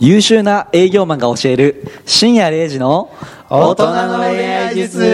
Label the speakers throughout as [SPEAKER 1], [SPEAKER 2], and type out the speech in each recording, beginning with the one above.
[SPEAKER 1] 優秀な営業マンが教える深夜0時の大人の恋愛術イエ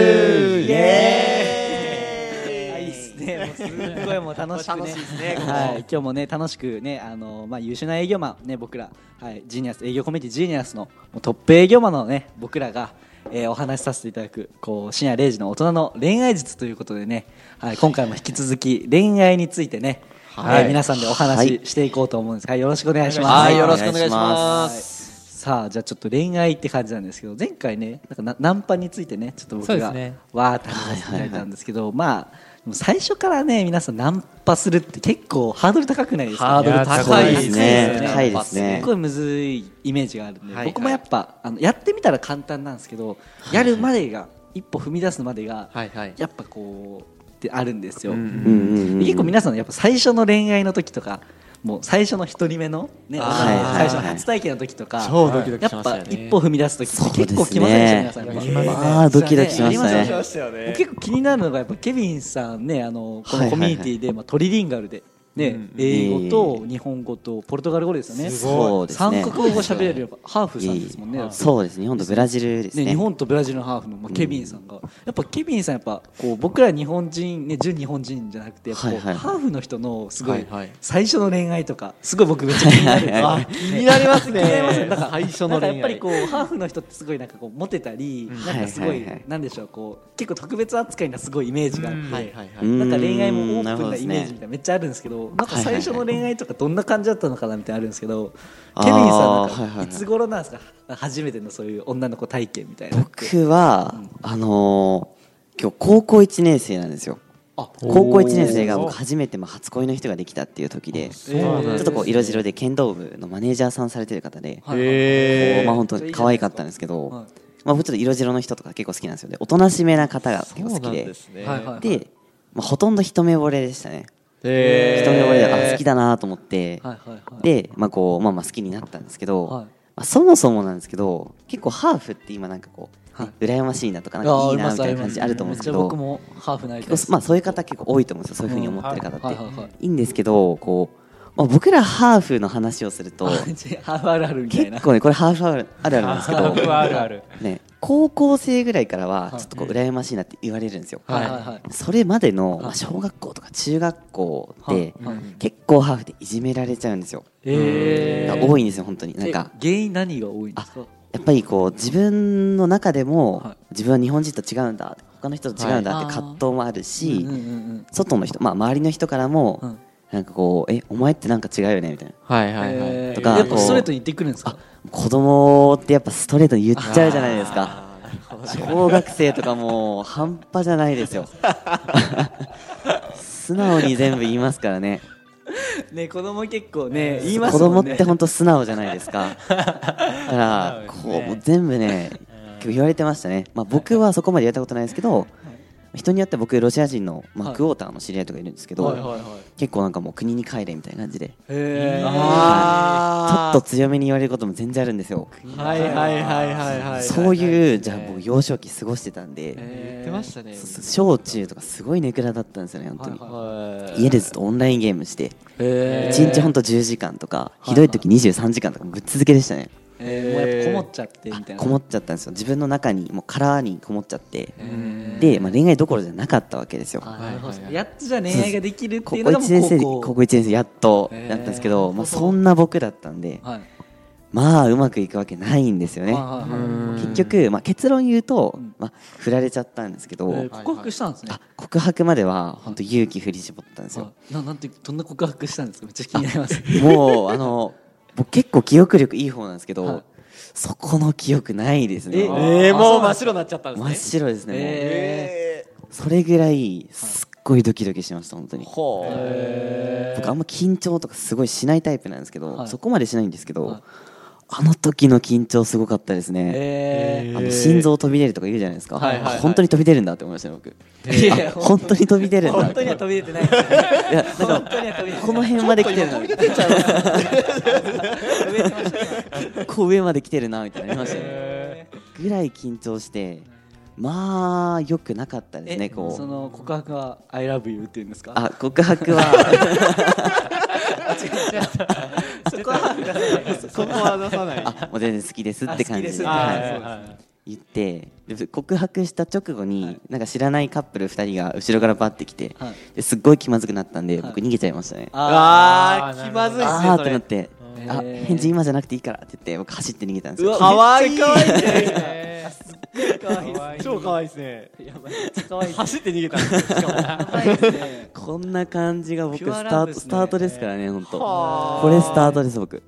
[SPEAKER 1] ーイいいっすねもうすっごいもう楽しくね
[SPEAKER 2] 楽しいですねここ
[SPEAKER 1] はい、今日もね楽しくねあの、まあ、優秀な営業マンね僕ら、はい、ジーニアス営業コミュニティジーニアスのもうトップ営業マンのね僕らが、えーお話しさせていただくこう深夜0時の大人の恋愛術ということでね、はい、今回も引き続き恋愛についてね、
[SPEAKER 2] はい
[SPEAKER 1] えー皆さんでお話ししていこうと思うんですが、はい、よろしくお願いします。
[SPEAKER 2] はい、よろしくお願いします。
[SPEAKER 1] さあじゃあちょっと恋愛って感じなんですけど前回ねなんかなナンパについてねちょっと
[SPEAKER 3] そ
[SPEAKER 1] 僕
[SPEAKER 3] うで
[SPEAKER 1] が
[SPEAKER 3] すね
[SPEAKER 1] わーって話させていただいたんですけど、まあでも最初からね皆さんナンパするって結構ハードル高くないですか
[SPEAKER 2] ハードル高いですね。
[SPEAKER 1] いや
[SPEAKER 4] 高いですね
[SPEAKER 1] すっごいむずいイメージがあるんで、
[SPEAKER 2] はい
[SPEAKER 1] 僕もやっぱあのやってみたら簡単なんですけど、やるまでが一歩踏み出すまでが、
[SPEAKER 2] はいはい。
[SPEAKER 1] やっぱこうってあるんですよ、
[SPEAKER 2] うん
[SPEAKER 4] うんうんうん
[SPEAKER 1] 結構皆さんやっぱ最初の恋愛の時とかもう最初の一人目の、ね、
[SPEAKER 2] あー
[SPEAKER 1] 女の子
[SPEAKER 4] はいは
[SPEAKER 1] 最
[SPEAKER 4] いはい
[SPEAKER 1] 初の初体験の時とか
[SPEAKER 2] 超ドキドキ
[SPEAKER 1] や
[SPEAKER 2] し
[SPEAKER 1] っ
[SPEAKER 2] ました
[SPEAKER 1] ぱ
[SPEAKER 2] よね
[SPEAKER 1] 一歩踏み出す時って結構来ませんでした、皆さんやっぱ
[SPEAKER 4] ああドキドキしまし
[SPEAKER 1] あ
[SPEAKER 4] た
[SPEAKER 1] り
[SPEAKER 4] ね
[SPEAKER 1] ま僕結構気になるのがやっぱケビンさんねあのこのコミュニティでまあトリリンガルでね英語と日本語とポルトガル語ですよね
[SPEAKER 4] そうですね
[SPEAKER 1] 三国語が喋れるやっぱハーフさんですもんね
[SPEAKER 4] そうですね日本とブラジルですね
[SPEAKER 1] ね、日本とブラジルのハーフの、まあ、ケビンさんが、やっぱケビンさんやっぱこう僕ら日本人、ね、純日本人じゃなくてやっぱこう
[SPEAKER 4] はいはい
[SPEAKER 1] ハーフの人のすご
[SPEAKER 2] はいいはい
[SPEAKER 1] 最初の恋愛とかすごい僕めっちゃ気になる
[SPEAKER 4] はいはい
[SPEAKER 2] あ気になりますね。
[SPEAKER 1] 気になりますねなんか
[SPEAKER 2] 最初
[SPEAKER 1] なん
[SPEAKER 2] の
[SPEAKER 1] か
[SPEAKER 2] 恋愛。
[SPEAKER 1] やっぱりこうハーフの人ってすごいなんかこうモテたり、なんかすごい、
[SPEAKER 4] はいはいはい
[SPEAKER 1] なんでしょうこう結構特別扱いなすごいイメージがあって、
[SPEAKER 2] はいはいはい。
[SPEAKER 4] うん
[SPEAKER 1] なんか恋愛もオ
[SPEAKER 4] な
[SPEAKER 1] ープ
[SPEAKER 4] る
[SPEAKER 1] ンな
[SPEAKER 4] ほどです
[SPEAKER 1] イ
[SPEAKER 4] ね
[SPEAKER 1] メージみたいなめっちゃあるんですけどなんか最初の恋愛とかどんな感じだったのかなみたいなのあるんですけどケ
[SPEAKER 4] あー
[SPEAKER 1] ビンさ
[SPEAKER 4] はい
[SPEAKER 1] ん
[SPEAKER 4] はい
[SPEAKER 1] なんか
[SPEAKER 4] はい
[SPEAKER 1] いつ頃なんですか初めてのそういう女の子体験みたいなのって
[SPEAKER 4] 僕はあのー今日高校1年生なんですよ
[SPEAKER 1] あ
[SPEAKER 4] 高校1年生が僕初めてまあ初恋の人ができたっていう時でちょっとこう色白で剣道部のマネージャーさんされてる方で、こうまあ本当に可愛かったんですけど
[SPEAKER 1] はい
[SPEAKER 4] まあ、僕ちょっと色白の人とか結構好きなんですよねおとなしめな方が結構好きで
[SPEAKER 2] ね
[SPEAKER 3] はいはい
[SPEAKER 4] で、まあ、ほとんど一目惚れでしたね、
[SPEAKER 2] え
[SPEAKER 4] 一目惚れであ好きだなと思って、
[SPEAKER 1] はいはいはい
[SPEAKER 4] で、まあこうまあ、まあ好きになったんですけど、
[SPEAKER 1] はい
[SPEAKER 4] まあ、そもそもなんですけど結構ハーフって今なんかこう、ね羨ましいなとかなん
[SPEAKER 1] あー
[SPEAKER 4] かいい
[SPEAKER 1] ありま
[SPEAKER 4] な
[SPEAKER 1] す
[SPEAKER 4] みたいな感じあると思うんですけ
[SPEAKER 1] りまめっちゃ僕
[SPEAKER 4] ど
[SPEAKER 1] もハーフなりたいで
[SPEAKER 4] 結
[SPEAKER 1] す
[SPEAKER 4] 構まあ、そういう方結構多いと思うんですよそういうふうに思ってる方って、
[SPEAKER 1] はい
[SPEAKER 4] い
[SPEAKER 1] はいはい
[SPEAKER 4] んですけどこう、まあ、僕らハーフの話をする と
[SPEAKER 1] ハーフあるあるみたいな
[SPEAKER 4] 結構ねこれハーフあるあるなんですけど
[SPEAKER 3] 僕はあるある。
[SPEAKER 4] ね、高校生ぐらいからはちょっとこう羨ましいなって言われるんですよ、
[SPEAKER 1] はいはいはい
[SPEAKER 4] それまでのまあ小学校とか中学校で
[SPEAKER 1] はいはい
[SPEAKER 4] 結構ハーフでいじめられちゃうんですよ、
[SPEAKER 1] え
[SPEAKER 4] が多いんですよ本当になんか
[SPEAKER 1] 原因何が多いんですか
[SPEAKER 4] やっぱりこう自分の中で
[SPEAKER 1] はい
[SPEAKER 4] も自分は日本人と違うんだ他の人と違うんだって葛藤もあるし、
[SPEAKER 1] うんうんうん
[SPEAKER 4] 外の人、まあ、周りの人からも、
[SPEAKER 1] うん
[SPEAKER 4] なんかこう「えお前ってなんか違うよね」みたいな
[SPEAKER 2] はいはいはい。
[SPEAKER 1] え
[SPEAKER 4] と
[SPEAKER 1] ー
[SPEAKER 4] か
[SPEAKER 1] やっぱストレートに言ってくるんですか
[SPEAKER 4] 子供ってやっぱストレートに言っちゃうじゃないですか小学生とかもう半端じゃな いですよ素直に全部言いますからね
[SPEAKER 1] ね子供結構ね言いま
[SPEAKER 4] 子
[SPEAKER 1] すも
[SPEAKER 4] 供
[SPEAKER 1] ん
[SPEAKER 4] っ
[SPEAKER 1] ね
[SPEAKER 4] て本当素直じゃないですかだからこうもう全部ね結構言われてましたね、まあ、僕はそこまでやったことないですけど人によって僕ロシア人の、ま
[SPEAKER 1] は
[SPEAKER 4] あ、
[SPEAKER 1] い
[SPEAKER 4] クォーターの知り合いとかいるんですけど、
[SPEAKER 1] はいはいはい
[SPEAKER 4] 結構なんかもう国に帰れみたいな感じで
[SPEAKER 1] へ
[SPEAKER 4] ちょっと強めに言われることも全然あるんですよ
[SPEAKER 2] はいはいはいはいはい。
[SPEAKER 4] そういう、じゃあ僕
[SPEAKER 2] 言
[SPEAKER 4] 幼少期過ごしてたんで、
[SPEAKER 2] ってましたね。
[SPEAKER 4] 小中とかすごいネクラだったんですよね本当に、
[SPEAKER 2] はい
[SPEAKER 4] 家でずっとオンラインゲームして
[SPEAKER 1] え
[SPEAKER 4] 1日ほんと10時間とか、ひどい時23時間とかぶっ続けでしたね、
[SPEAKER 1] もうやっぱこもっちゃってみたいな
[SPEAKER 4] こもっちゃったんですよ自分の中にもう殻にこもっちゃってで、まあ、恋愛どころじゃなかったわけですよ
[SPEAKER 1] あなるほどですね
[SPEAKER 2] はい
[SPEAKER 1] やっとじゃあ恋愛ができるって
[SPEAKER 4] 高
[SPEAKER 1] い
[SPEAKER 4] 校
[SPEAKER 1] うのが
[SPEAKER 4] 1
[SPEAKER 1] もう
[SPEAKER 4] 年生で
[SPEAKER 1] 高
[SPEAKER 4] 高
[SPEAKER 1] 校
[SPEAKER 4] 校1年生やっとだったんですけど、まあ、そんな僕だったんで、
[SPEAKER 1] はい
[SPEAKER 4] まあうまくいくわけないんですよね
[SPEAKER 1] はいはいはい
[SPEAKER 4] 結局、まあ、結論言うと、まあ、振られちゃったんですけど、
[SPEAKER 1] えー告白したんですね
[SPEAKER 4] あ告白までは本当勇気振り絞ったんですよ、
[SPEAKER 1] ななんてどんな告白したんですかめっちゃ気になります
[SPEAKER 4] もうあの僕結構記憶力いい方なんですけど、
[SPEAKER 1] はい
[SPEAKER 4] そこの記憶ないですね
[SPEAKER 1] え
[SPEAKER 2] えー、もう真っ白になっちゃったんです
[SPEAKER 4] 真
[SPEAKER 2] ね
[SPEAKER 4] っ。白ですね、もう
[SPEAKER 1] え
[SPEAKER 4] それぐらいすっごいドキドキしました本当に
[SPEAKER 2] ほう。
[SPEAKER 4] 僕あんま緊張とかすごいしないタイプなんですけど、
[SPEAKER 1] はい
[SPEAKER 4] そこまでしないんですけど、
[SPEAKER 1] はい
[SPEAKER 4] あの時の緊張すごかったです
[SPEAKER 1] ー
[SPEAKER 4] ね、
[SPEAKER 1] えー
[SPEAKER 4] あの心臓飛び出るとか言うじゃないですか、
[SPEAKER 2] はいはいはい
[SPEAKER 4] あ本当に飛び出るんだって思いましたね僕、
[SPEAKER 1] いやいや
[SPEAKER 4] あ本当に飛び出るんだ
[SPEAKER 1] 本当には飛び出てないですね
[SPEAKER 4] いやなんか
[SPEAKER 1] 本当には飛び出て
[SPEAKER 4] この辺まで来てるな
[SPEAKER 1] ない上手まし
[SPEAKER 4] こう上まで来てるなみたいなのありましたねぐらい緊張してまあ良くなかったで
[SPEAKER 1] え
[SPEAKER 4] すねこ
[SPEAKER 1] そうの告白は「ILOVEYOU」って言うんですか
[SPEAKER 4] あ 告白は
[SPEAKER 1] そこはそこは
[SPEAKER 2] は出さない
[SPEAKER 4] あもう全然好きですって
[SPEAKER 1] あ好
[SPEAKER 4] 感じ
[SPEAKER 1] きです
[SPEAKER 2] は
[SPEAKER 4] はいい
[SPEAKER 1] そうですね
[SPEAKER 2] はい
[SPEAKER 4] 言ってで告白した直後に、なんか知らないカップル2人が後ろからバッて来て、
[SPEAKER 1] はい
[SPEAKER 4] ですっごい気まずくなったんで、
[SPEAKER 1] はい
[SPEAKER 4] 僕逃げちゃいましたねあ
[SPEAKER 2] あー
[SPEAKER 3] あー
[SPEAKER 2] 気まずいっす
[SPEAKER 4] あ
[SPEAKER 2] ね
[SPEAKER 4] ーっ
[SPEAKER 2] そ
[SPEAKER 4] て
[SPEAKER 2] れ
[SPEAKER 4] なって、
[SPEAKER 1] うん
[SPEAKER 4] あ
[SPEAKER 1] へー
[SPEAKER 4] 返事今じゃなくていいからって言って僕走って逃げたんですよ
[SPEAKER 1] うわ
[SPEAKER 2] 可愛い
[SPEAKER 1] めっちゃ可愛いね
[SPEAKER 3] ね
[SPEAKER 2] 可愛い超可愛いですね
[SPEAKER 1] やばいめっちゃ可愛いです
[SPEAKER 2] 走って逃げたんですよしかも
[SPEAKER 1] やばいですね
[SPEAKER 4] こんな感じが僕ス
[SPEAKER 1] ピ
[SPEAKER 4] タ
[SPEAKER 1] ュア
[SPEAKER 4] ー
[SPEAKER 1] ラ
[SPEAKER 4] ト、
[SPEAKER 1] ブですね
[SPEAKER 4] スタートですからね本当
[SPEAKER 2] はー
[SPEAKER 4] これスタートです僕
[SPEAKER 1] へー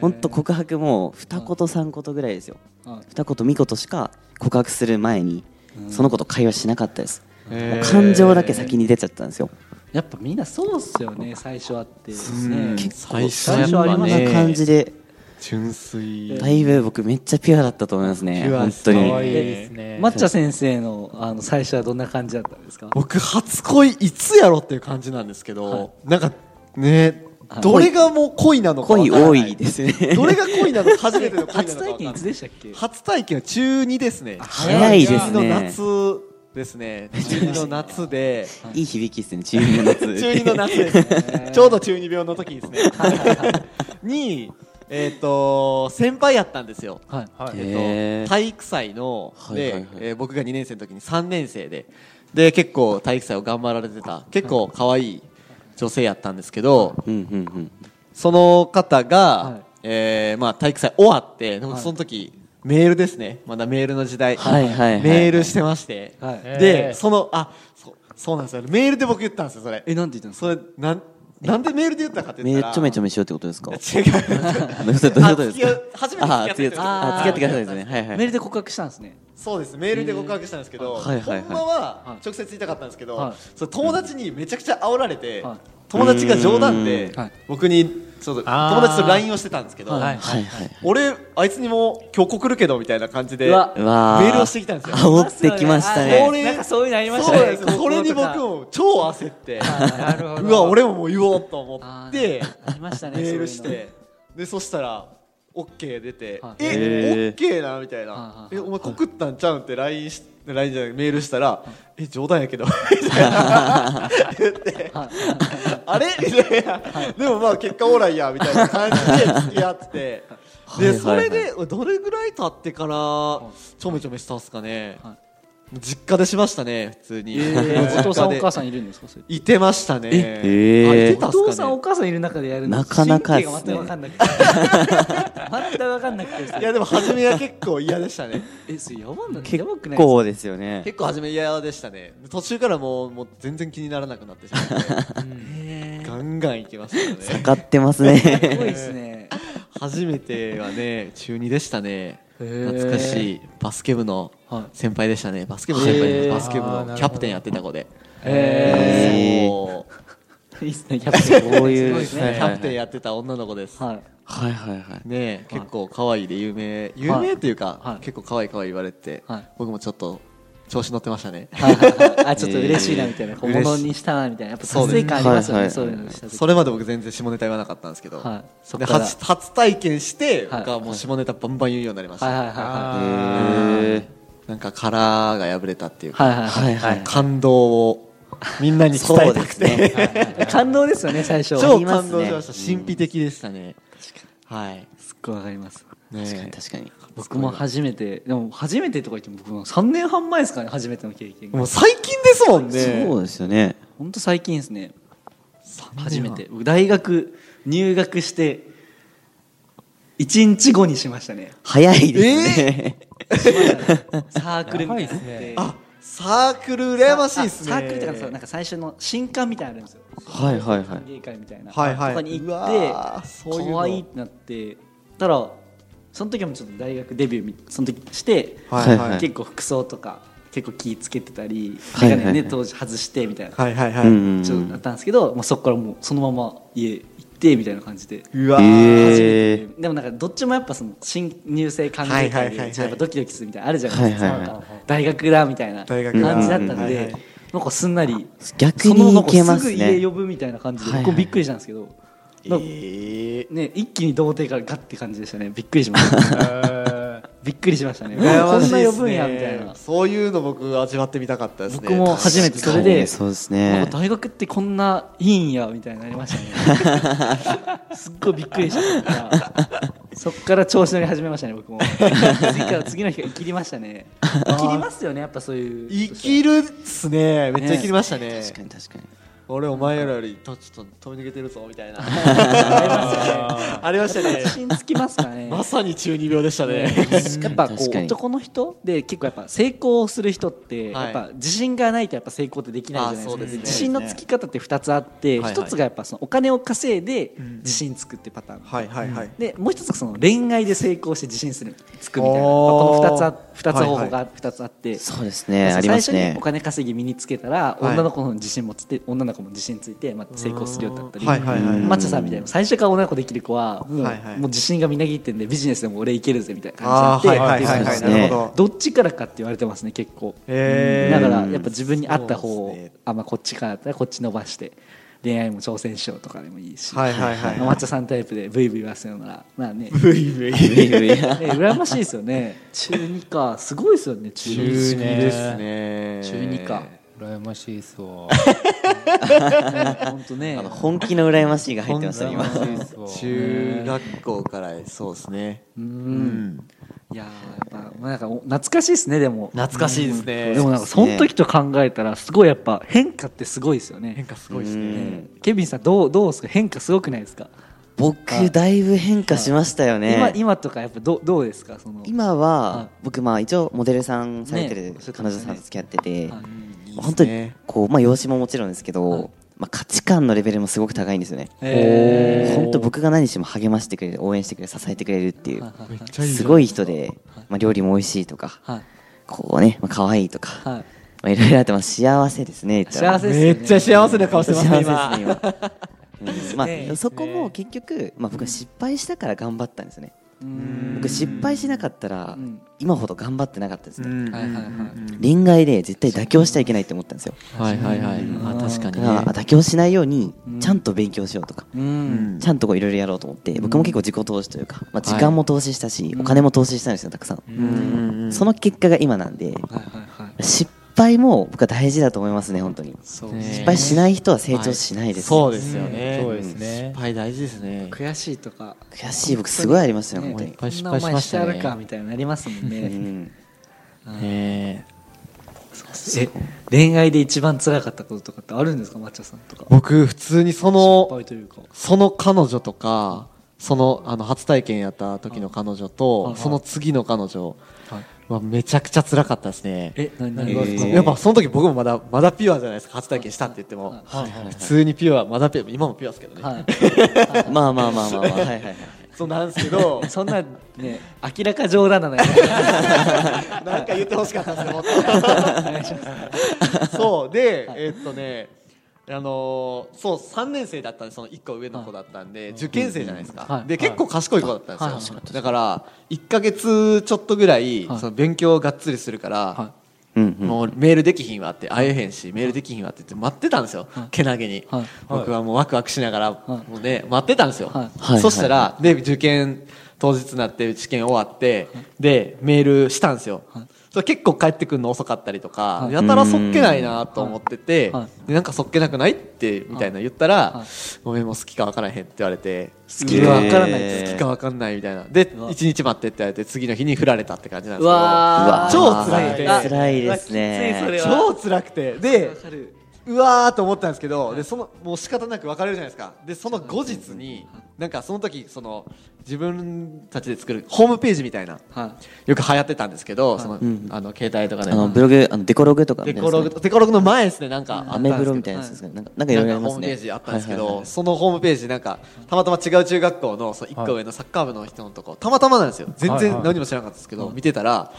[SPEAKER 4] 本当告白も二言三言ぐらいですよ
[SPEAKER 1] はい
[SPEAKER 4] 二言三言しか告白する前にその子と会話しなかったです、も
[SPEAKER 2] へ
[SPEAKER 4] う
[SPEAKER 2] ー
[SPEAKER 4] 感情だけ先に出ちゃったんですよ、
[SPEAKER 1] やっぱみんなそうっすよね最初はって
[SPEAKER 4] うん
[SPEAKER 1] ね
[SPEAKER 4] 結
[SPEAKER 2] 最
[SPEAKER 4] 構
[SPEAKER 2] 初
[SPEAKER 1] はやっぱね
[SPEAKER 4] こんな感じで
[SPEAKER 2] 純粋
[SPEAKER 4] だいぶ僕めっちゃピュアだったと思いますね
[SPEAKER 2] ピュア
[SPEAKER 4] 本
[SPEAKER 2] っ
[SPEAKER 4] 当
[SPEAKER 2] すね
[SPEAKER 4] に
[SPEAKER 2] 可愛い
[SPEAKER 1] え
[SPEAKER 2] ですね
[SPEAKER 1] 抹茶先生のあの最初はどんな感じだったんですか
[SPEAKER 2] 僕初恋いつやろっていう感じなんですけど、なんかね
[SPEAKER 1] はい
[SPEAKER 2] どれがもう恋なのかわから
[SPEAKER 4] 恋
[SPEAKER 2] ない
[SPEAKER 4] 多いですね
[SPEAKER 2] どれが恋なのか初めての恋な
[SPEAKER 1] 初
[SPEAKER 2] のか
[SPEAKER 1] 体
[SPEAKER 2] わかんな
[SPEAKER 1] 験いつでしたっけ
[SPEAKER 2] 初体験は中2ですね
[SPEAKER 4] 早いです
[SPEAKER 2] 中二の
[SPEAKER 4] ね
[SPEAKER 2] 夏ですね中2の夏で
[SPEAKER 4] いい響きですね中二の夏
[SPEAKER 2] 中2の夏です ねちょうど中二病の時ですねにえっ、と先輩やったんですよ
[SPEAKER 1] はい
[SPEAKER 3] はい
[SPEAKER 4] へ
[SPEAKER 2] えっ
[SPEAKER 4] ー
[SPEAKER 2] と、体育祭の、
[SPEAKER 4] はいはいは
[SPEAKER 2] で
[SPEAKER 4] い
[SPEAKER 2] えー僕が2年生の時に3年生でで結構体育祭を頑張られてた結構可愛い女性やったんですけど
[SPEAKER 4] うんうんうん
[SPEAKER 2] その方が、
[SPEAKER 1] はい
[SPEAKER 2] えーまあ、体育祭終わってでも
[SPEAKER 1] はい
[SPEAKER 2] その時、メールですねまだメールの時代、
[SPEAKER 4] はいはいはい
[SPEAKER 2] メールしてまして、
[SPEAKER 1] はい
[SPEAKER 2] で
[SPEAKER 3] へー
[SPEAKER 2] そのあそそうなんですよメールで僕言ったんですよそれ
[SPEAKER 1] えなんて言ったん
[SPEAKER 2] それなんなんでメールで言ったかって言
[SPEAKER 4] め
[SPEAKER 2] っ
[SPEAKER 4] った
[SPEAKER 2] ら
[SPEAKER 4] ちょめちょめしようってことで すか
[SPEAKER 2] 違う
[SPEAKER 4] どういうことどういうことですか
[SPEAKER 2] あ付き合う
[SPEAKER 4] あ
[SPEAKER 2] 初めて付き合った人
[SPEAKER 4] 付き合ってあ付き合ってくださいですねはいは
[SPEAKER 1] メ
[SPEAKER 4] い
[SPEAKER 1] ールで告白したんですね
[SPEAKER 2] そうですメールで告白したんですけど、
[SPEAKER 4] えーはいはいはい
[SPEAKER 2] ほんまは直接言いたかったんですけど、
[SPEAKER 1] はい
[SPEAKER 2] それ友達にめちゃくちゃ煽られて、
[SPEAKER 1] はい
[SPEAKER 2] 友達が冗談で
[SPEAKER 1] うんはい
[SPEAKER 2] 僕にそう友
[SPEAKER 3] あー
[SPEAKER 2] 達と LINE をしてたんですけど、
[SPEAKER 3] はい
[SPEAKER 4] はいはい
[SPEAKER 2] 俺あいつにも今日告るけどみたいな感じで
[SPEAKER 1] うわ
[SPEAKER 4] うわ
[SPEAKER 2] メールをしてきたんですよ
[SPEAKER 4] 煽ってきました
[SPEAKER 2] あ
[SPEAKER 4] ね
[SPEAKER 2] これ
[SPEAKER 1] なんかそういうのありまし
[SPEAKER 2] そ
[SPEAKER 1] た
[SPEAKER 2] う
[SPEAKER 1] ね
[SPEAKER 2] なんですよこれに僕も超焦ってうわ俺ももう言おうと思
[SPEAKER 1] あ
[SPEAKER 2] っ
[SPEAKER 1] ー
[SPEAKER 2] て
[SPEAKER 1] ありましたね
[SPEAKER 2] メールし
[SPEAKER 1] そういう
[SPEAKER 2] てでそしたら OK 出て
[SPEAKER 1] はい
[SPEAKER 2] 「え
[SPEAKER 4] へー
[SPEAKER 2] OK な」みたいな
[SPEAKER 1] は
[SPEAKER 2] 「
[SPEAKER 1] い
[SPEAKER 2] え
[SPEAKER 1] はい
[SPEAKER 2] お前告ったんちゃうん?」って LINE し LINE じゃないメールしたら「え冗談やけど」みたいな言って
[SPEAKER 1] のはい
[SPEAKER 2] 「あれ?」みたいな「でもまあ結果オーライや」みたいな感じで付き合ってて
[SPEAKER 4] はい
[SPEAKER 2] で
[SPEAKER 4] はい
[SPEAKER 2] それでどれぐらい経ってからちょめちょめしたんすかね
[SPEAKER 1] は
[SPEAKER 2] 実家でしましたね普通に
[SPEAKER 1] えーお父さんお母
[SPEAKER 2] ん
[SPEAKER 1] さんいるんですかそれ
[SPEAKER 2] いてましたね
[SPEAKER 4] え
[SPEAKER 2] あ
[SPEAKER 4] へー
[SPEAKER 2] いてた
[SPEAKER 1] お
[SPEAKER 2] っすかね
[SPEAKER 1] 父さんお母さんいる中でやるの
[SPEAKER 4] なかなかっすね
[SPEAKER 1] 神経が全く分かんなくて 全く分かんなくて
[SPEAKER 2] いやでも初めは結構嫌でしたね
[SPEAKER 1] えそれやばんなや
[SPEAKER 4] 結
[SPEAKER 1] ばくない
[SPEAKER 4] 構ですよね
[SPEAKER 2] 結構初め嫌でしたね途中からもうもう全然気にならなくなってしまって
[SPEAKER 1] えー
[SPEAKER 2] ガンガンいきましたね
[SPEAKER 4] かかってますね
[SPEAKER 1] すごいですね
[SPEAKER 2] 初めてはね中2でしたね
[SPEAKER 1] 懐
[SPEAKER 2] 懐かしいバスケ部の
[SPEAKER 1] はい
[SPEAKER 2] 先輩でしたねバスケ部の先輩
[SPEAKER 1] へ
[SPEAKER 2] で
[SPEAKER 1] ー
[SPEAKER 2] バスケ部
[SPEAKER 3] あーなるほ
[SPEAKER 2] の
[SPEAKER 3] ど
[SPEAKER 2] キャプテンやってた子で
[SPEAKER 1] え
[SPEAKER 4] へー
[SPEAKER 2] そ
[SPEAKER 1] ー
[SPEAKER 2] う
[SPEAKER 1] いいっすねキャプテン
[SPEAKER 4] こういう
[SPEAKER 1] すごです
[SPEAKER 4] は
[SPEAKER 1] ね
[SPEAKER 2] キ
[SPEAKER 4] いはい
[SPEAKER 2] ャプテンやってた女の子です
[SPEAKER 1] はい
[SPEAKER 4] はいはいはい
[SPEAKER 2] ねえ結構可愛いで有名有名っていうか、
[SPEAKER 1] はい
[SPEAKER 2] 結構可愛い可愛い言われて、
[SPEAKER 1] はい
[SPEAKER 2] 僕もちょっと調子乗ってましたね
[SPEAKER 1] はいはいはいあちょっと嬉しいなみたいな小物にしたなみたいなやっぱ達成感ありますよね
[SPEAKER 4] そ
[SPEAKER 1] そうう
[SPEAKER 4] で
[SPEAKER 1] い
[SPEAKER 4] す
[SPEAKER 1] う
[SPEAKER 4] ね
[SPEAKER 1] のした時
[SPEAKER 2] それまで僕全然下ネタ言わなかったんですけど、
[SPEAKER 1] はいそっ
[SPEAKER 2] で
[SPEAKER 1] から
[SPEAKER 2] 初初体験して、
[SPEAKER 1] はい
[SPEAKER 2] 僕はもう下ネタバンバン言うようになりました、
[SPEAKER 1] はいはいはいは
[SPEAKER 4] へー
[SPEAKER 2] なんか殻が破れたっていうか、
[SPEAKER 1] いはいはい
[SPEAKER 4] はい
[SPEAKER 2] 感動をみんなに伝えたく
[SPEAKER 4] そうです
[SPEAKER 2] て、
[SPEAKER 1] はい 感動ですよね最初
[SPEAKER 2] 超
[SPEAKER 4] ります
[SPEAKER 2] 感
[SPEAKER 4] ね
[SPEAKER 2] 動しました神秘的でしたね、はい、
[SPEAKER 1] すっごいわかります
[SPEAKER 2] ね
[SPEAKER 4] 確かに確かに
[SPEAKER 1] 僕も初めてでも初めてとか言っても僕も3年半前ですかね初めての経験が
[SPEAKER 2] もう最近ですもんね
[SPEAKER 4] そうですよね
[SPEAKER 1] ほんと最近ですね初めて僕大学入学して1日後にしましたね
[SPEAKER 4] 早いですね、
[SPEAKER 1] サークルみたいなの
[SPEAKER 3] やばいっすね
[SPEAKER 2] あサークル羨ましいですね
[SPEAKER 1] あサークルっていうかそうなんか最初の新刊みたいなのあるんですよ
[SPEAKER 4] はいはいはい
[SPEAKER 1] 芸会みたいな、
[SPEAKER 2] はいはい
[SPEAKER 1] とかに
[SPEAKER 2] う
[SPEAKER 1] 行っ
[SPEAKER 2] わー
[SPEAKER 1] て
[SPEAKER 2] そういうの
[SPEAKER 1] 可愛いってなってたらその時はもうちょっと大学デビューみその時して、
[SPEAKER 2] はいはい
[SPEAKER 1] 結構服装とか結構気ぃつけてたり、
[SPEAKER 4] はいはいは
[SPEAKER 1] 眼
[SPEAKER 4] い
[SPEAKER 1] 鏡ね当時外してみたいな、
[SPEAKER 2] はいはいは
[SPEAKER 4] う
[SPEAKER 2] い、
[SPEAKER 4] ん
[SPEAKER 1] ちょっとなったんですけど、まあ、そこからもうそのまま家行ってみたいな感じで。
[SPEAKER 2] うわ
[SPEAKER 4] へ
[SPEAKER 2] ー、
[SPEAKER 1] 初め
[SPEAKER 4] えー
[SPEAKER 1] てでもなんかどっちもやっぱその新入生歓迎
[SPEAKER 2] はいは
[SPEAKER 1] 会
[SPEAKER 2] いはいは
[SPEAKER 1] でちょっ
[SPEAKER 2] い
[SPEAKER 1] とやっぱドキドキするみたいなのあるじゃないですか、
[SPEAKER 4] はいはいはい
[SPEAKER 1] なんか大学だみたいな
[SPEAKER 2] 大
[SPEAKER 1] 感
[SPEAKER 2] 学
[SPEAKER 1] じ
[SPEAKER 2] だ
[SPEAKER 1] だったんで、
[SPEAKER 2] うんはいはい
[SPEAKER 1] なんかすんなり
[SPEAKER 4] 逆に行けま
[SPEAKER 1] その子
[SPEAKER 4] す
[SPEAKER 1] すぐ家
[SPEAKER 4] ね
[SPEAKER 1] 呼ぶみたいな感じで、
[SPEAKER 4] はいはい
[SPEAKER 1] 僕もびっくりしたんですけど、なんか
[SPEAKER 2] えー
[SPEAKER 1] ね、一気に童貞からガッて感じでしたねびっくりしました
[SPEAKER 3] えー
[SPEAKER 1] びっくりしましたね。こん
[SPEAKER 2] 羨ましい
[SPEAKER 1] な
[SPEAKER 2] で
[SPEAKER 1] 呼
[SPEAKER 2] す
[SPEAKER 1] ぶん
[SPEAKER 2] ね
[SPEAKER 1] やみたいな。
[SPEAKER 2] そういうの僕味わってみたかったですね
[SPEAKER 1] 僕も初めてそれ
[SPEAKER 4] 確か
[SPEAKER 1] で
[SPEAKER 4] にそうです
[SPEAKER 1] なん
[SPEAKER 4] ね
[SPEAKER 1] か大学ってこんないいんやみたいになりましたね すっごいびっくりしちゃったそっから調子乗り始めましたね僕も次から次の日から生きりましたね生きりますよねやっぱそういう
[SPEAKER 2] 生きるっすねめっちゃ生きりましたね
[SPEAKER 4] 確かに確かに
[SPEAKER 2] 俺お前らよりとちょっと飛び抜けてるぞみたいな
[SPEAKER 1] あ
[SPEAKER 2] ありましたね
[SPEAKER 1] 自信つきますかね
[SPEAKER 2] まさに中二病でしたね
[SPEAKER 1] やっぱこ
[SPEAKER 4] 確
[SPEAKER 1] う
[SPEAKER 4] かに
[SPEAKER 1] 男の人で結構やっぱ成功する人って
[SPEAKER 2] はい
[SPEAKER 1] やっぱ自信がないとやっぱ成功ってできないじゃないです
[SPEAKER 2] あそ
[SPEAKER 1] か
[SPEAKER 2] うですね
[SPEAKER 1] 自信のつき方って2つあって
[SPEAKER 2] はいはい
[SPEAKER 1] 1つがやっぱそのお金を稼いで自信つくってパターン
[SPEAKER 2] はいはいはい
[SPEAKER 1] でもう一つがその恋愛で成功して自信するつくみたいな
[SPEAKER 2] あー
[SPEAKER 1] この2つあ二つ方法
[SPEAKER 2] はい
[SPEAKER 1] が2つあって、
[SPEAKER 4] そうです
[SPEAKER 1] まあ
[SPEAKER 4] ねあ
[SPEAKER 1] 最
[SPEAKER 4] りま
[SPEAKER 1] 初
[SPEAKER 4] す
[SPEAKER 1] に
[SPEAKER 4] ね
[SPEAKER 1] お金稼ぎ身につけたら
[SPEAKER 2] はい
[SPEAKER 1] 女の子の自信もつって女の子も自信ついてまあ成功するようになったり。
[SPEAKER 2] はいはいはい
[SPEAKER 1] マッチョさんみたいな最初から女の子できる子はもう,、
[SPEAKER 2] はいはい
[SPEAKER 1] もう自信がみなぎってんでビジネスでも俺いけるぜみたいな
[SPEAKER 2] あ
[SPEAKER 1] 感
[SPEAKER 2] ー
[SPEAKER 1] じ
[SPEAKER 2] は
[SPEAKER 1] に
[SPEAKER 2] い
[SPEAKER 1] なって
[SPEAKER 2] はいはいはい
[SPEAKER 4] そうですね
[SPEAKER 2] なるほど
[SPEAKER 1] どっちからかって言われてますね結構
[SPEAKER 2] へー
[SPEAKER 1] だからやっぱ自分に合った方
[SPEAKER 2] そう
[SPEAKER 1] を、
[SPEAKER 2] ですね
[SPEAKER 1] あまあこっちからだったらこっち伸ばして恋愛も挑戦しようとかでもいいし、
[SPEAKER 2] はいはいはい
[SPEAKER 1] マッチョさんタイプでブイブイ言わせるならまあ ね
[SPEAKER 2] ブイブイ
[SPEAKER 1] ね、羨ましいですよね。中二か、すごいですよね。中
[SPEAKER 2] 中
[SPEAKER 1] 二。
[SPEAKER 2] 二ですね
[SPEAKER 1] 中二か。
[SPEAKER 3] 羨ましいっすわ
[SPEAKER 1] 本当ね
[SPEAKER 4] あ。の本気の羨ましいが入ってましたね
[SPEAKER 3] 羨
[SPEAKER 4] 今
[SPEAKER 3] ましいっすわ
[SPEAKER 2] 中学校からそうですね
[SPEAKER 1] う。
[SPEAKER 2] うんん
[SPEAKER 1] いやー、やっぱ、まあ、なんか、お懐かしいですね、でも。
[SPEAKER 2] 懐かしいですね
[SPEAKER 1] でも、なんか、その時と考えたら、すごい、やっぱ、変化ってすごいですよ
[SPEAKER 2] 変
[SPEAKER 1] ね。
[SPEAKER 2] 化すごいですね
[SPEAKER 1] ねケビンさん、どう、どうですか、変化すごくないですか。
[SPEAKER 4] 僕だいぶ変化しましたよ
[SPEAKER 1] 今、
[SPEAKER 4] ね
[SPEAKER 1] 今とか、やっぱ、どう、どうですか、その。は
[SPEAKER 4] 今
[SPEAKER 1] い
[SPEAKER 4] は僕まあ一応モデルさんされて
[SPEAKER 1] ね
[SPEAKER 4] る
[SPEAKER 1] そうですね
[SPEAKER 4] 彼女さんと付き合ってて
[SPEAKER 1] はい
[SPEAKER 4] 本当にこうまあ容姿ももちろんですけ
[SPEAKER 1] はい
[SPEAKER 4] どまあ価値観のレベルもすごく高いんですよね
[SPEAKER 1] へー
[SPEAKER 4] 本当僕が何しても励ましてくれる応援してくれる支えてくれるっていう
[SPEAKER 1] はいはいはい
[SPEAKER 4] すごい人でまあ料理も美味しいとか
[SPEAKER 1] はい。
[SPEAKER 4] こうね、まあ、可愛いとか、
[SPEAKER 1] はい。
[SPEAKER 4] まあ、いろいろあってます幸せですね言ったら
[SPEAKER 1] 幸せですよ
[SPEAKER 2] め
[SPEAKER 1] ね。
[SPEAKER 2] っちゃ幸せな顔してますね
[SPEAKER 4] 幸
[SPEAKER 2] 今
[SPEAKER 4] せですね今
[SPEAKER 1] ね
[SPEAKER 4] まあ、そこも結局、まあ、僕は失敗したから頑張ったんですね
[SPEAKER 1] うん
[SPEAKER 4] 僕失敗しなかったら
[SPEAKER 1] うん
[SPEAKER 4] 今ほど頑張ってなかったですね、
[SPEAKER 2] うん
[SPEAKER 1] はいはいはい
[SPEAKER 4] 恋愛で絶対妥協しちゃいけないって思ったんですよ
[SPEAKER 2] はいはいはい
[SPEAKER 1] うん
[SPEAKER 2] あ確か
[SPEAKER 4] だか
[SPEAKER 2] に
[SPEAKER 4] ら
[SPEAKER 2] ね
[SPEAKER 4] 妥協しないように
[SPEAKER 1] うん
[SPEAKER 4] ちゃんと勉強しようとか、
[SPEAKER 1] う。
[SPEAKER 2] うんん
[SPEAKER 4] ちゃんとこういろいろやろうと思って僕も結構自己投資というか、まあ、時間も投資したし、
[SPEAKER 1] い
[SPEAKER 4] お金も投資したんですよたくさん、
[SPEAKER 2] うん
[SPEAKER 4] その結果が今なん
[SPEAKER 1] は
[SPEAKER 4] で
[SPEAKER 1] いはいはい。
[SPEAKER 4] 失敗も僕は大事だと思いますね本当に
[SPEAKER 1] そう
[SPEAKER 2] ね
[SPEAKER 4] 失敗しない人は成長しないです、
[SPEAKER 2] そうですよね
[SPEAKER 3] そうですね
[SPEAKER 2] 失敗大事ですね
[SPEAKER 1] 悔しいとか
[SPEAKER 4] 悔しい僕すごいありましたね本当
[SPEAKER 1] ね
[SPEAKER 4] に
[SPEAKER 2] ぱい失敗しました
[SPEAKER 1] こん
[SPEAKER 2] ね
[SPEAKER 1] なお前してあるかみたいになりますもん
[SPEAKER 4] う
[SPEAKER 1] ね
[SPEAKER 4] ん
[SPEAKER 2] ね
[SPEAKER 1] え恋愛で一番辛かったこととかってあるんですか抹茶さんとか
[SPEAKER 2] 僕普通にそ
[SPEAKER 1] 失
[SPEAKER 2] の
[SPEAKER 1] 敗というか
[SPEAKER 2] その彼女とかそのあの初体験やった時の彼女
[SPEAKER 1] はいは
[SPEAKER 2] と
[SPEAKER 1] い
[SPEAKER 2] その次の彼女
[SPEAKER 1] はい
[SPEAKER 2] はめちゃくちゃ辛かったですね
[SPEAKER 1] え何何
[SPEAKER 4] えー
[SPEAKER 2] やっぱその時僕もまだまだピュアじゃないですか初体験したって言っても
[SPEAKER 1] はい
[SPEAKER 2] 普通にピュアまだピュア今もピュアですけどね
[SPEAKER 1] はい
[SPEAKER 4] まあまあまあまあまあはいはいはい
[SPEAKER 2] そうなんです けど
[SPEAKER 1] そんなね明らか冗談 なのよ
[SPEAKER 2] なんか言ってほしかったですねもっと
[SPEAKER 1] お願いします
[SPEAKER 2] そうで、えーっとね、あのーそう3年生だったんでその1個上の子だったんで、受験生じゃないですか、
[SPEAKER 1] はい
[SPEAKER 2] で結構賢い子だったん
[SPEAKER 1] はい
[SPEAKER 2] ですよ、
[SPEAKER 1] はい
[SPEAKER 2] だから1か月ちょっとぐらい、
[SPEAKER 1] はい
[SPEAKER 2] その勉強をがっつりするから、
[SPEAKER 1] は
[SPEAKER 4] うんうん
[SPEAKER 2] もうメールできひんわって会えへんしメールできひんわって言って待ってたんですよ、
[SPEAKER 1] はい
[SPEAKER 2] けなげに、
[SPEAKER 1] はい
[SPEAKER 2] 僕はもうワクワクしながら、
[SPEAKER 1] はい
[SPEAKER 2] もうね、待ってたんですよ、
[SPEAKER 1] はい
[SPEAKER 4] はい
[SPEAKER 2] そしたら、で受験当日になって試験終わって、でメールしたんですよ、
[SPEAKER 1] はい
[SPEAKER 2] それ結構帰ってくるの遅かったりとか、
[SPEAKER 1] はい
[SPEAKER 2] やたらそっけないなと思ってて、
[SPEAKER 1] はいは
[SPEAKER 2] でなんかそっけなくないってみたいな言ったら、
[SPEAKER 1] はい
[SPEAKER 2] ごめんもう好きか分からへんって言われて
[SPEAKER 1] 好きか分からないです
[SPEAKER 4] へー
[SPEAKER 2] 好きか分かんないみたいなで
[SPEAKER 1] わ
[SPEAKER 2] 1日待ってって言われて次の日に振られたって感じなん
[SPEAKER 1] う
[SPEAKER 2] ですけど
[SPEAKER 1] わー
[SPEAKER 2] うわー超辛いね
[SPEAKER 1] あ
[SPEAKER 4] 辛いです
[SPEAKER 1] き
[SPEAKER 4] ね
[SPEAKER 1] ついそれは
[SPEAKER 2] 超辛くてで
[SPEAKER 1] わかる
[SPEAKER 2] うわーと思ったんですけど、でそのもう仕方なく別れるじゃないですかでその後日になんかその時その自分たちで作るホームページみたいな
[SPEAKER 1] は
[SPEAKER 2] よく流行ってたんですけどその、
[SPEAKER 4] ん
[SPEAKER 2] あの携帯とかで
[SPEAKER 4] あのブログあのデコログとか
[SPEAKER 2] デコログデコログの前ですねなんかあ
[SPEAKER 4] ア
[SPEAKER 2] ったんで
[SPEAKER 4] メ
[SPEAKER 2] すけ
[SPEAKER 4] ブ
[SPEAKER 2] ど
[SPEAKER 4] ロみたいなやつですかねなんかなんかい
[SPEAKER 2] な
[SPEAKER 4] ろ
[SPEAKER 2] ん
[SPEAKER 4] いろ
[SPEAKER 2] か
[SPEAKER 4] あり
[SPEAKER 2] ホ
[SPEAKER 4] ま
[SPEAKER 2] ー
[SPEAKER 4] す
[SPEAKER 2] ム
[SPEAKER 4] ね
[SPEAKER 2] ページあったんですけ
[SPEAKER 4] はいはい
[SPEAKER 2] ど
[SPEAKER 4] はい
[SPEAKER 2] そのホームページなんかたまたま違う中学校のその1個上のサッカー部の人のとこたまたまなんですよ全
[SPEAKER 3] は
[SPEAKER 2] 然
[SPEAKER 3] い
[SPEAKER 2] 何も知らなかったですけど見てたら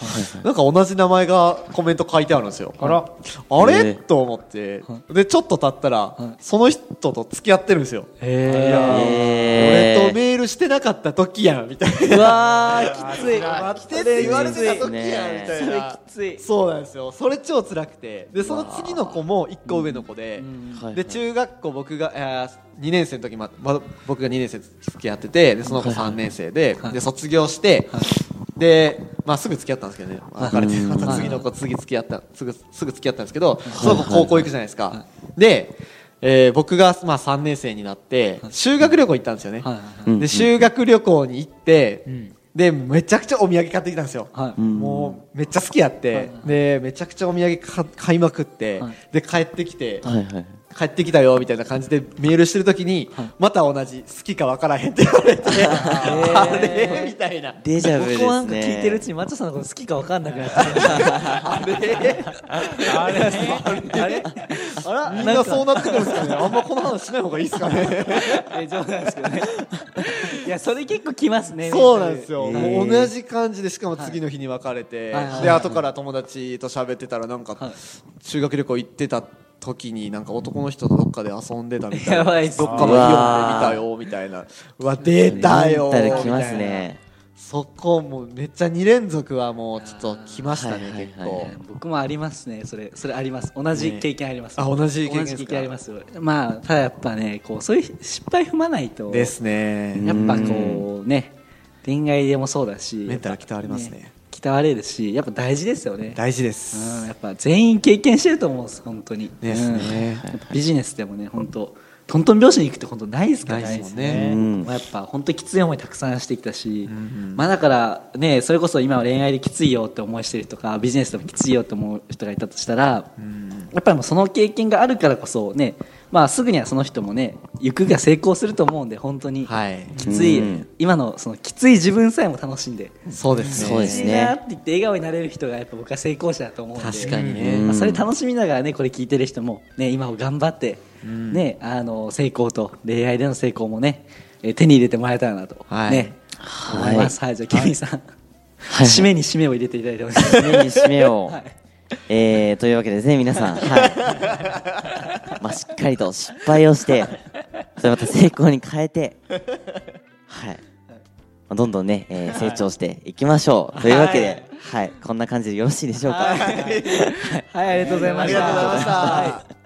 [SPEAKER 2] なんか同じ名前がコメント書いてあるんですよ
[SPEAKER 3] あら
[SPEAKER 2] あれ、
[SPEAKER 4] えー
[SPEAKER 2] と思ってでちょっと経ったら
[SPEAKER 1] い
[SPEAKER 2] その人と付き合ってるんですよいや
[SPEAKER 4] えー
[SPEAKER 2] 俺とメールしてなかった時やんみ たい
[SPEAKER 1] いうわーきつい
[SPEAKER 2] な待ってって言われてた時やんみたい
[SPEAKER 1] それ
[SPEAKER 2] な
[SPEAKER 1] きつい
[SPEAKER 2] そうなんですよそれ超辛くてでその次の子も1個上の子で、
[SPEAKER 4] はいはい
[SPEAKER 2] で中学校僕が、え2年生の時まま僕が2年生付き合っててでその子3年生で,、
[SPEAKER 1] はい
[SPEAKER 2] で卒業して、で、まあ、すぐ付き合ったんですけどね別れてまた次の子次付き合ったすぐすぐ付き合ったんですけどその子高校行くじゃないですかで、えー僕が、まあ、3年生になって修学旅行行ったんですよね
[SPEAKER 1] はいはい
[SPEAKER 4] うん
[SPEAKER 2] で修学旅行に行って
[SPEAKER 1] ん
[SPEAKER 2] でめちゃくちゃお土産買ってきたんですよ
[SPEAKER 1] はい
[SPEAKER 4] ん
[SPEAKER 2] もうめっちゃ好きやってでめちゃくちゃお土産か買いまくって
[SPEAKER 1] はい
[SPEAKER 2] で帰ってきて
[SPEAKER 4] はいはい
[SPEAKER 2] 帰ってきたよみたいな感じでメールしてるときに、
[SPEAKER 1] はい
[SPEAKER 2] また同じ好きか分からへんって言われてあれみたいな
[SPEAKER 4] デジャブですね
[SPEAKER 1] 僕もなんか聞いてるうちにマッチョさんのこと好きか分かんなくなっちゃった
[SPEAKER 2] あれ
[SPEAKER 3] あれ
[SPEAKER 2] あれあらみんなそうなってくるんですかねあんまこの話しない方がいいですかね
[SPEAKER 1] え冗談ですけどねいやそれ結構きますね
[SPEAKER 2] そうなんですよ、
[SPEAKER 4] え
[SPEAKER 2] も
[SPEAKER 4] ー
[SPEAKER 2] う同じ感じでしかも次の日に別れて、
[SPEAKER 1] はいはいはい
[SPEAKER 2] で後から友達と喋ってたらなんか、
[SPEAKER 1] はい
[SPEAKER 2] 修学旅行行ってた時になんか男の人とどっかで遊んでたみたいな
[SPEAKER 1] やばいっす
[SPEAKER 2] どっかのイオンで見たよみたいなうわ出たよみたい
[SPEAKER 4] レン
[SPEAKER 2] な
[SPEAKER 4] タル来ますね
[SPEAKER 2] そこもうめっちゃ2連続はもうちょっと来ましたね
[SPEAKER 4] はいはい
[SPEAKER 2] 結
[SPEAKER 4] はい
[SPEAKER 2] 構
[SPEAKER 4] はい
[SPEAKER 1] 僕もありますねそれそれあります同じ経験あります、
[SPEAKER 2] ねあ同じ経験です
[SPEAKER 1] 同
[SPEAKER 2] か
[SPEAKER 1] じ経験ありますよまあただやっぱねこうそういう失敗踏まないと
[SPEAKER 2] ですね
[SPEAKER 1] やっぱこうね恋愛でもそうだし
[SPEAKER 2] メンタル鍛われますね
[SPEAKER 1] 鍛われるしやっぱ大事ですよね
[SPEAKER 2] 大事で
[SPEAKER 1] うん
[SPEAKER 2] す
[SPEAKER 1] やっぱ全員経験してると思うんです本当に
[SPEAKER 2] ですね
[SPEAKER 1] うんやっぱビジネスでもね本当トントン拍子に行くって本当ないですから
[SPEAKER 2] ないですもん
[SPEAKER 1] ね
[SPEAKER 2] ね
[SPEAKER 4] うん
[SPEAKER 1] まあ、やっぱ本当にきつい思いたくさんしてきたし、
[SPEAKER 2] ん
[SPEAKER 1] まあ、だから、ね、それこそ今は恋愛できついよって思いしてる人とかビジネスでもきついよって思う人がいたとしたら、やっぱりもうその経験があるからこそ、ねまあ、すぐにはその人もね行くが成功すると思うんで本当に
[SPEAKER 2] はい
[SPEAKER 1] きつい、
[SPEAKER 4] うん
[SPEAKER 1] 今のそのきつい自分さえも楽しんで。
[SPEAKER 2] そうですね
[SPEAKER 4] そうですね
[SPEAKER 1] いいなって言って笑顔になれる人がやっぱ僕は成功者だと思うんで
[SPEAKER 2] 確かに
[SPEAKER 4] う
[SPEAKER 2] ね
[SPEAKER 4] ん
[SPEAKER 1] まあそれ楽しみながらねこれ聞いてる人も、ね、今を頑張って、ね、あの成功と恋愛での成功もねえー手に入れてもらえたらなと、
[SPEAKER 2] はい
[SPEAKER 1] ね
[SPEAKER 4] はい
[SPEAKER 1] 思います。はい、じゃあケミさん、
[SPEAKER 4] はい
[SPEAKER 1] 締めに締めを入れていただいてます。
[SPEAKER 4] 締めに締めを、
[SPEAKER 1] はい
[SPEAKER 4] えーというわけでですね皆さん、はいまあ、しっかりと失敗をしてそれまた成功に変えて、はいまあどんどんね、えー成長していきましょうというわけで、はいこんな感じでよろしいでしょうか。
[SPEAKER 1] はい、ありがとうございました。
[SPEAKER 2] ありがとうございました
[SPEAKER 1] はい